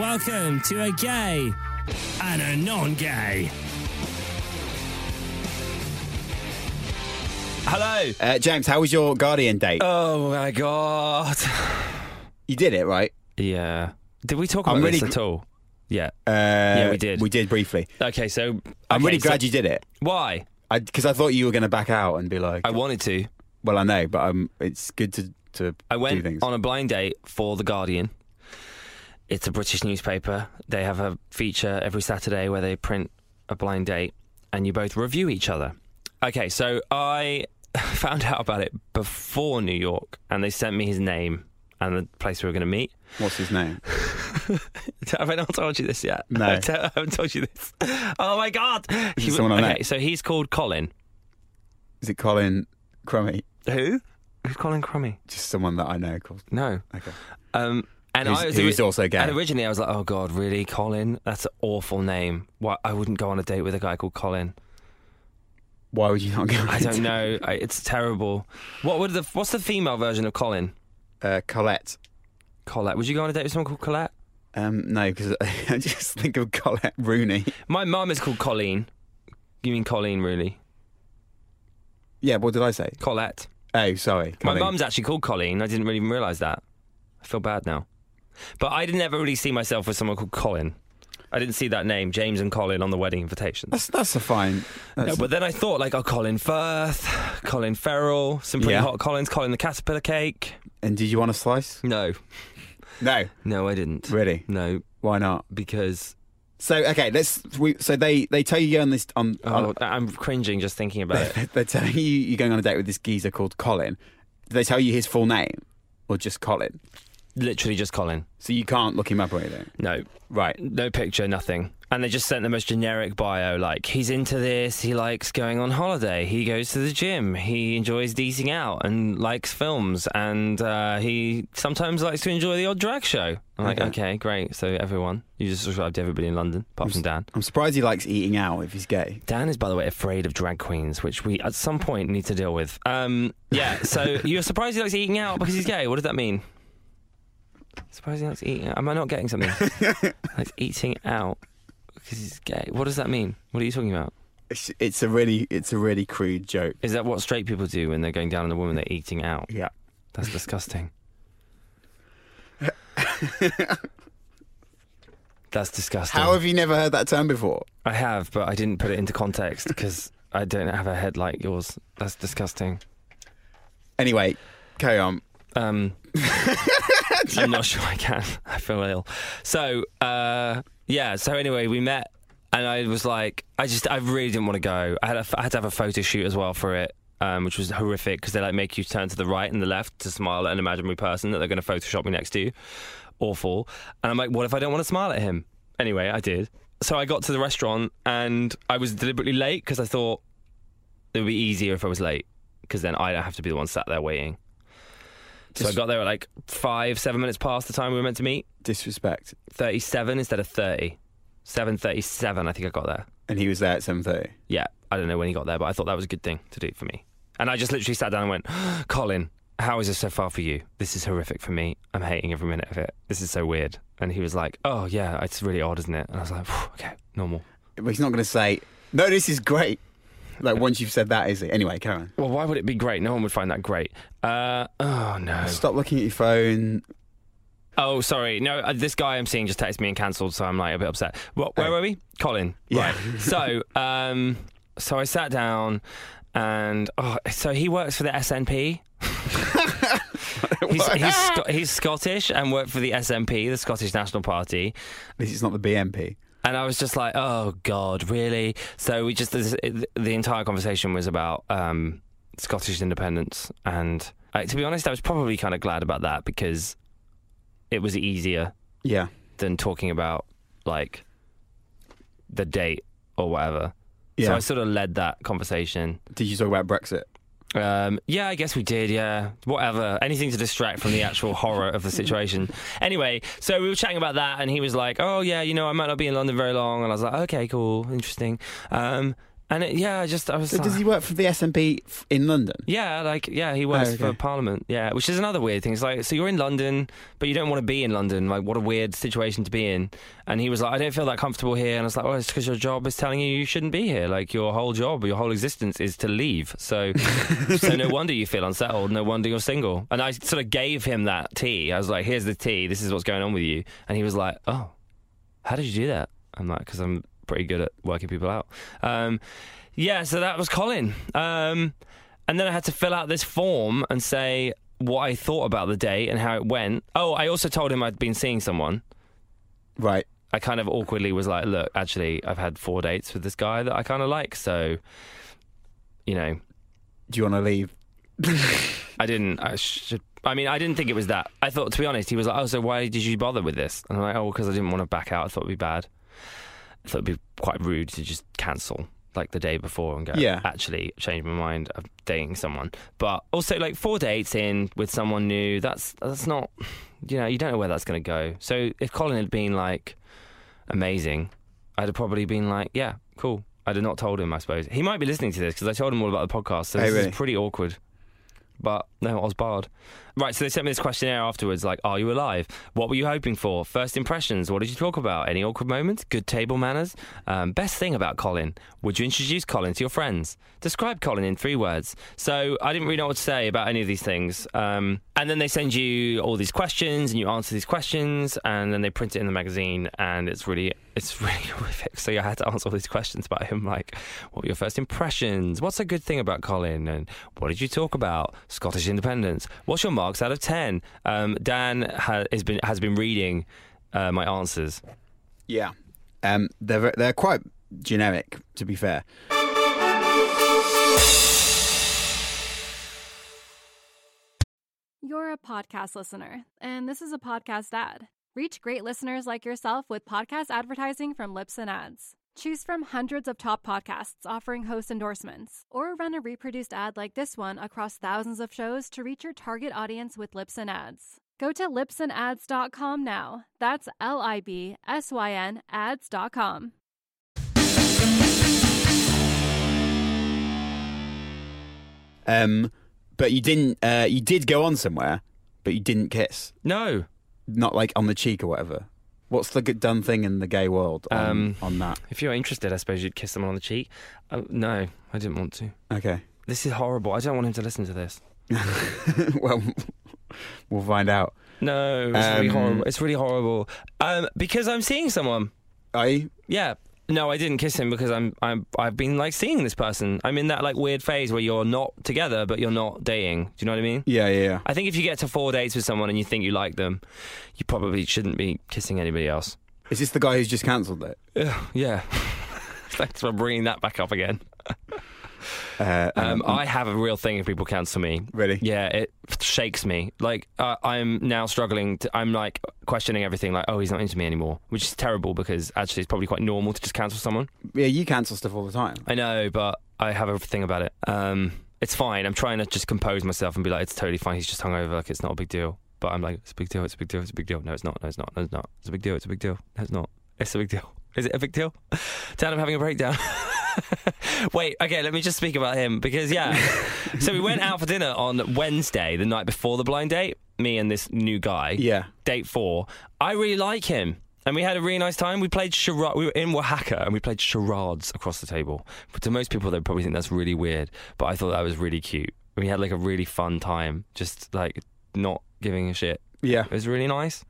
Welcome to a gay and a non gay. Hello. Uh, James, how was your Guardian date? Oh my god. you did it, right? Yeah. Did we talk I'm about really this at all? Yeah. Uh, yeah, we did. We did briefly. Okay, so I'm okay, really so- glad you did it Why? because I, thought you were going to back out and be like, I wanted to. "Well, I know, but um, it's good to to I do went things." on a blind date for The Guardian. It's a British newspaper. They have a feature every Saturday where they print a blind date and you both review each other. Okay, so I found out about it before New York and they sent me his name and the place we were going to meet. What's his name? Have I not told you this yet? No. I don't- I haven't told you this. Oh my God. He was- someone I know? okay, so he's called Colin. Is it Colin Crummy? Who? Who's Colin Crummy? Just someone that I know. Called, No. okay. Um, and Who's- I was who's also gay. And originally, I was like, "Oh God, really, Colin? That's an awful name. Why I wouldn't go on a date with a guy called Colin? Why would you not go? I don't know. I, it's terrible. What would the What's the female version of Colin? Uh, Colette. Colette. Would you go on a date with someone called Colette? Um, no, because I just think of Colette Rooney. My mum is called Colleen. You mean Colleen, really? Yeah, what did I say? Colette. Oh, sorry. Colin. My mum's actually called Colleen. I didn't really even realise that. I feel bad now. But I didn't ever really see myself with someone called Colin. I didn't see that name, James and Colin, on the wedding invitations. That's that's a fine. No, That's, but then I thought like, oh, Colin Firth, Colin Farrell, some pretty Yeah. hot Collins, Colin the Caterpillar Cake. and did you want a slice? No, No, no, I didn't. really. No, Why not? because So okay, let's. We, so they they tell you you're on this on. oh, I'm cringing just thinking about it. on they're telling you you're going on a date with this geezer called Colin. Do they tell you his full name or just Colin? Literally just Colin. So you can't look him up or anything. No, Right. no picture, nothing. And they just sent the most generic bio like, he's into this, he likes going on holiday, he goes to the gym, he enjoys eating out and likes films, and uh, he sometimes likes to enjoy the odd drag show. I'm like, Okay. okay, great. So, everyone, you just described everybody in London, apart from Dan. I'm surprised he likes eating out if he's gay. Dan is, by the way, afraid of drag queens, which we at some point need to deal with. Um, yeah, so you're surprised he likes eating out because he's gay. What does that mean? Surprised he likes eating out. Am I not getting something? likes eating out because he's gay. What does that mean? What are you talking about? It's, it's a really it's a really crude joke. Is that what straight people do when they're going down on a woman? They're eating out. Yeah. That's disgusting. That's disgusting. How have you never heard that term before? I have, but I didn't put it into context because I don't have a head like yours. That's disgusting. Anyway, carry on. Um, I'm not sure I can. I feel ill. So uh, yeah. So anyway, we met, and I was like, I just, I really didn't want to go. I had, a, I had to have a photo shoot as well for it. Um, which was horrific because they like make you turn to the right and the left to smile at an imaginary person that they're going to Photoshop me next to. Awful. And I'm like, what if I don't want to smile at him? Anyway, I did. So I got to the restaurant and I was deliberately late because I thought it would be easier if I was late because then I don't have to be the one sat there waiting. So I got there at like five, seven minutes past the time we were meant to meet. Disrespect. Thirty-seven instead of thirty. Seven thirty-seven, I think I got there. And he was there at seven thirty. Yeah, I don't know when he got there, but I thought that was a good thing to do for me. And I just literally sat down and went, "Colin, how is this so far for you? This is horrific for me. I'm hating every minute of it. This is so weird." And he was like, "Oh yeah, it's really odd, isn't it?" And I was like, "Phew, "Okay, normal." But he's not going to say no. This is great. Like once you've said that, is it? Anyway, carry on. Well, why would it be great? No one would find that great. Uh, oh no. Stop looking at your phone. Oh, sorry. No, uh, this guy I'm seeing just texted me and cancelled, so I'm like a bit upset. What? Where Oh. were we? Colin. Yeah. Right. so, um, so I sat down, and oh, so he works for the SNP. he's, he's, Sc- he's Scottish and worked for the SNP, the Scottish National Party. This is not the BNP. And I was just like, oh God, really? So we just this, it, the entire conversation was about um, Scottish independence, and uh, to be honest, I was probably kind of glad about that because it was easier Yeah. than talking about like the date or whatever. So Yeah. I sort of led that conversation. Did you talk about Brexit? Um, yeah, I guess we did. Yeah, whatever. Anything to distract from the actual horror of the situation. Anyway, so we were chatting about that, and he was like, "Oh yeah, you know, I might not be in London very long," and I was like, "Okay, cool, interesting." Um, And it, yeah, I just I was. So like, does he work for the SNP f- in London? Yeah, like yeah, he works Oh, okay. for Parliament. Yeah, which is another weird thing. It's like so you're in London, but you don't want to be in London. Like what a weird situation to be in. And he was like, I don't feel that comfortable here. And I was like, well, it's because your job is telling you you shouldn't be here. Like your whole job, your whole existence is to leave. So, so no wonder you feel unsettled. No wonder you're single. And I sort of gave him that tea. I was like, here's the tea. This is what's going on with you. And he was like, oh, how did you do that? I'm like, because I'm pretty good at working people out. Um, yeah, so that was Colin. Um, and then I had to fill out this form and say what I thought about the date and how it went. Oh, I also told him I'd been seeing someone. Right. I kind of awkwardly was like, look, actually, I've had four dates with this guy that I kind of like. So, you know, Do you want to leave? I didn't, I should, I mean, I didn't think it was that. I thought, to be honest, he was like, oh, so why did you bother with this? And I'm like, oh, because I didn't want to back out. I thought it'd be bad. I thought it'd be quite rude to just cancel like the day before and go, Yeah. actually, change my mind. I'm dating someone. But also, like, four dates in with someone new, that's, that's not, you know, you don't know where that's going to go. So if Colin had been like amazing, I'd have probably been like, yeah, cool. I'd have not told him, I suppose. He might be listening to this because I told him all about the podcast. So Oh, this really? is pretty awkward. But no, I was barred. Right, so they sent me this questionnaire afterwards like, are you alive? What were you hoping for? First impressions? What did you talk about? Any awkward moments? Good table manners? Um, best thing about Colin? Would you introduce Colin to your friends? Describe Colin in three words. So I didn't really know what to say about any of these things. Um, and then they send you all these questions and you answer these questions and then they print it in the magazine and it's really, it's really horrific. So you had to answer all these questions about him like, what were your first impressions? What's a good thing about Colin? And what did you talk about? Scottish independence. What's your marks out of 10? Um, Dan ha- has, been, has been reading uh, my answers. Yeah. Um, they're ver- they're quite generic, to be fair. You're a podcast listener, and this is a podcast ad. Reach great listeners like yourself with podcast advertising from Lips and Ads. Choose from hundreds of top podcasts offering host endorsements, or run a reproduced ad like this one across thousands of shows to reach your target audience with Lips and Ads. Go to lipsandads.com now. That's L I B S Y N ads.com. Um, but you didn't. Uh, you did go on somewhere, but you didn't kiss. No. Not like on the cheek or whatever. What's the good done thing in the gay world on, Um, on that? If you were interested, I suppose you'd kiss someone on the cheek. Uh, no, I didn't want to. Okay. This is horrible. I don't want him to listen to this. well, we'll find out. No, it's really Um, horrible. It's really horrible. Um, because I'm seeing someone. I Yeah. No, I didn't kiss him because I'm I'm I've been like seeing this person. I'm in that like weird phase where you're not together but you're not dating. Do you know what I mean? yeah yeah yeah. I think if you get to four dates with someone and you think you like them, you probably shouldn't be kissing anybody else. Is this the guy who's just cancelled it? Ugh, yeah. Thanks for bringing that back up again. Uh, Um, I have a real thing if people cancel me. really? Yeah, it shakes me. Like uh, I'm now struggling. To, I'm like questioning everything. Like, oh, he's not into me anymore, which is terrible because actually it's probably quite normal to just cancel someone. Yeah, you cancel stuff all the time. I know, but I have a thing about it. Um, it's fine. I'm trying to just compose myself and be like, it's totally fine. He's just hungover. Like, it's not a big deal. But I'm like, it's a big deal. It's a big deal. It's a big deal. No, it's not. No, it's not. No, it's not. It's a big deal. It's a big deal. No, it's not. It's a big deal. Is it a big deal? Dan, I'm having a breakdown. Wait, okay, let me just speak about him because, yeah. so we went out for dinner on Wednesday, the night before the blind date, me and this new guy Yeah. date four. I really like him. And we had a really nice time. We played charades. We were in Oaxaca and we played charades across the table. But to most people, they probably think that's really weird. But I thought that was really cute. We had like a really fun time, just like not giving a shit. Yeah. It was really nice.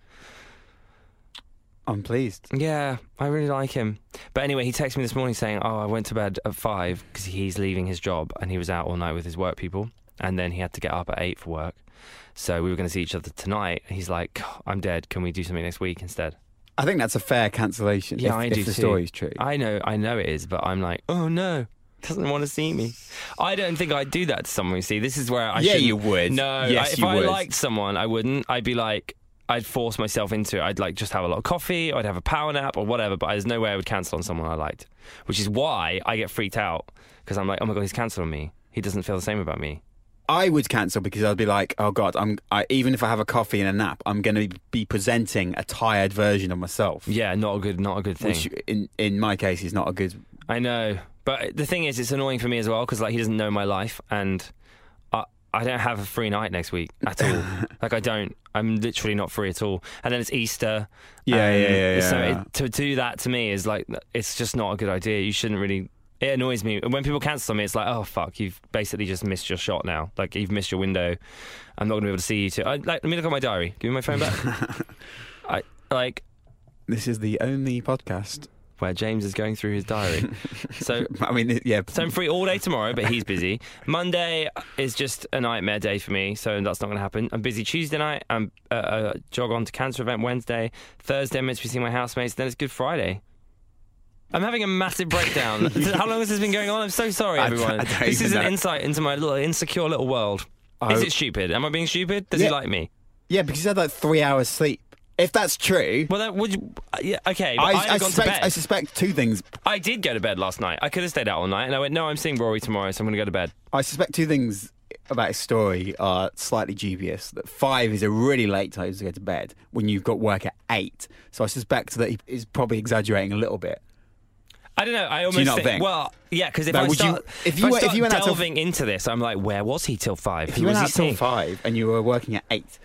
I'm pleased. Yeah, I really like him. But anyway, he texted me this morning saying, "Oh, I went to bed at five because he's leaving his job and he was out all night with his work people, and then he had to get up at eight for work. So we were going to see each other tonight. He's like, "I'm dead. Can we do something next week instead?" I think that's a fair cancellation. Yeah, if, I if do the too. story's true. I know, I know it is, but I'm like, oh no, doesn't want to see me. I don't think I'd do that to someone. You see, this is where I Yeah, shouldn't- you would. No, Yes, I, if you I would. liked someone, I wouldn't. I'd be like, I'd force myself into it. I'd like just have a lot of coffee. I'd have a power nap or whatever. But there's no way I would cancel on someone I liked, which is why I get freaked out because I'm like, oh my god, he's canceling me. He doesn't feel the same about me. I would cancel because I'd be like, oh god, I'm I, even if I have a coffee and a nap, I'm going to be presenting a tired version of myself, Yeah, not a good, not a good thing. which in in my case is not a good I know. But the thing is, it's annoying for me as well because like he doesn't know my life, and I I don't have a free night next week at all. like I don't. I'm literally not free at all. And then it's Easter. Yeah, and yeah, yeah, So yeah. It, to do that to me is like it's just not a good idea. You shouldn't really. It annoys me when people cancel on me. It's like, oh fuck, you've basically just missed your shot now. Like you've missed your window. I'm not gonna be able to see you too. I, like, let me look at my diary. Give me my phone back. I like This is the only podcast. where James is going through his diary. so I mean, it- yeah. so I'm free all day tomorrow, but he's busy. Monday is just a nightmare day for me, so that's not going to happen. I'm busy Tuesday night. I'm uh, uh, jog on to cancer event Wednesday. Thursday, I'm meant to be seeing my housemates. Then it's Good Friday. I'm having a massive breakdown. How long has this been going on? I'm so sorry, I don't- everyone. I don't this even is an know. insight into my little insecure little world. Is Oh. it stupid? Am I being stupid? Does he Yeah. like me? yeah, because you had like three hours sleep. If that's true, Well, that would. You, uh, yeah, okay. But I, I, I, have gone to suspect, bed. I suspect two things. I did go to bed last night. I could have stayed out all night, and I went, no, I'm seeing Rory tomorrow, so I'm going to go to bed. I suspect two things about his story are slightly dubious. That five is a really late time to go to bed when you've got work at eight. So I suspect that he is probably exaggerating a little bit. I don't know. I almost you not think, think? Well, yeah, because if No, I would you- start, if if you I went- if start you went out till- delving into this, I'm like, where was he till five? If Who you went was out he till seeing? five and you were working at eight,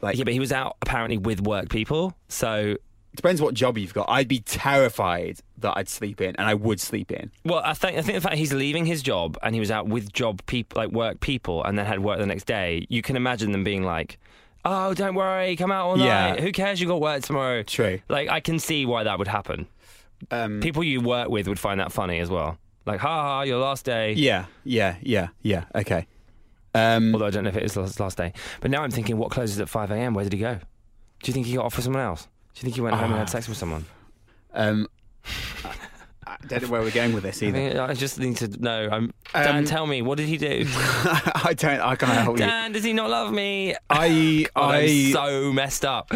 like Yeah, but he was out apparently with work people. So, depends what job you've got. I'd be terrified that I'd sleep in, and I would sleep in. well, I think I think the fact he's leaving his job and he was out with job people, like work people, and then had work the next day. You can imagine them being like, "Oh, don't worry, come out all Yeah. night. Who cares? You got work tomorrow." True. Like, I can see why that would happen. Um, People you work with would find that funny as well. Like, ha ha, your last day. Yeah, yeah, yeah, yeah. Okay. Um, Although I don't know if it is his last day. But now I'm thinking, what closes at 5 a.m.? Where did he go? Do you think he got off with someone else? Do you think he went home and had sex with someone? um, I- I don't know where we're going with this I, either. think- I just need to know. I'm, Um, Dan, tell me, what did he do? I don't. I can't help you. Dan, does he not love me? I, God, I, I'm Oh, so messed up.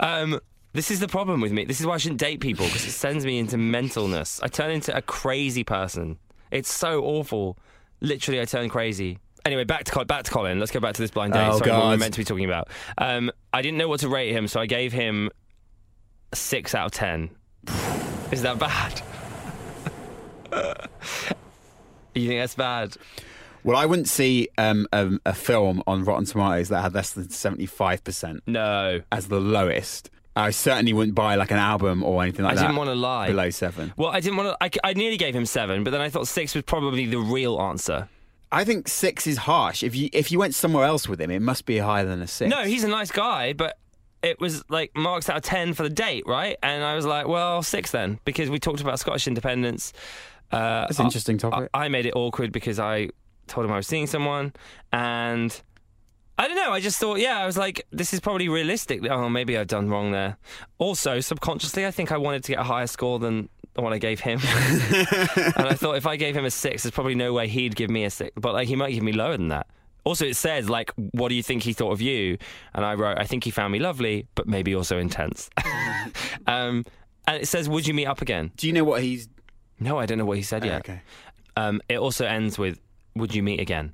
Um, this is the problem with me. This is why I shouldn't date people because it sends me into mentalness. I turn into a crazy person. It's so awful. Literally, I turn crazy. Anyway, back to Colin, back to Colin. Let's go back to this blind date. Oh, Sorry, what we were God. meant to be talking about. Um, I didn't know what to rate him, so I gave him a six out of ten. Is that bad? you think that's bad? well, I wouldn't see um, um, a film on Rotten Tomatoes that had less than seventy-five percent No. as the lowest. I certainly wouldn't buy like an album or anything like I that. didn't want to lie. below seven. Well, I didn't want to. I, I nearly gave him seven, but then I thought six was probably the real answer. I think six is harsh. If you if you went somewhere else with him, it must be higher than a six. No, he's a nice guy, but it was like marks out of 10 for the date, right? And I was like, well, six then, because we talked about Scottish independence. Uh, That's an interesting topic. I, I made it awkward because I told him I was seeing someone, and I don't know. I just thought, yeah, I was like, this is probably realistic. Oh, maybe I've done wrong there. Also, subconsciously, I think I wanted to get a higher score than the one I gave him, and I thought if I gave him a six, there's probably no way he'd give me a six, but like he might give me lower than that. Also, it says like, "What do you think he thought of you?" And I wrote, "I think he found me lovely, but maybe also intense." um, and it says, "Would you meet up again?" Do you know what he's? No, I don't know what he said yet. Okay. Um, it also ends with "Would you meet again?"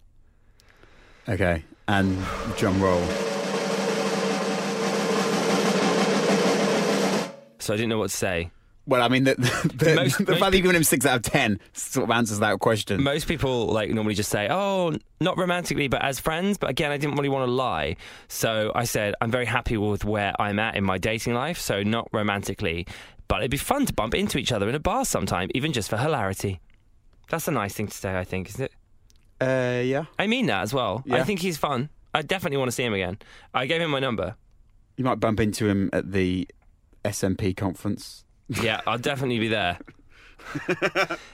Okay. And drum roll. So I didn't know what to say. Well, I mean, the, the, the, Most- the most fact that you've given him six out of ten sort of answers that question. Most people like normally just say, "Oh, not romantically, but as friends." But again, I didn't really want to lie, so I said, "I'm very happy with where I'm at in my dating life, so not romantically, but it'd be fun to bump into each other in a bar sometime, even just for hilarity." That's a nice thing to say, I think, isn't it? uh, yeah. I mean that as well. I Yeah. think he's fun. I definitely want to see him again. I gave him my number. You might bump into him at the SMP conference. Yeah, I'll definitely be there.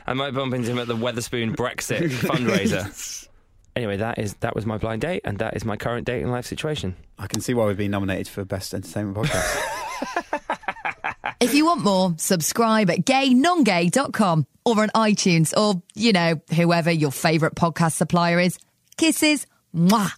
I might bump into him at the Weatherspoon Brexit fundraiser. Anyway, that is that was my blind date, and that is my current dating life situation. I can see why we've been nominated for Best Entertainment Podcast. If you want more, subscribe at gaynongay.com or on iTunes or, you know, whoever your favourite podcast supplier is. Kisses. Mwah.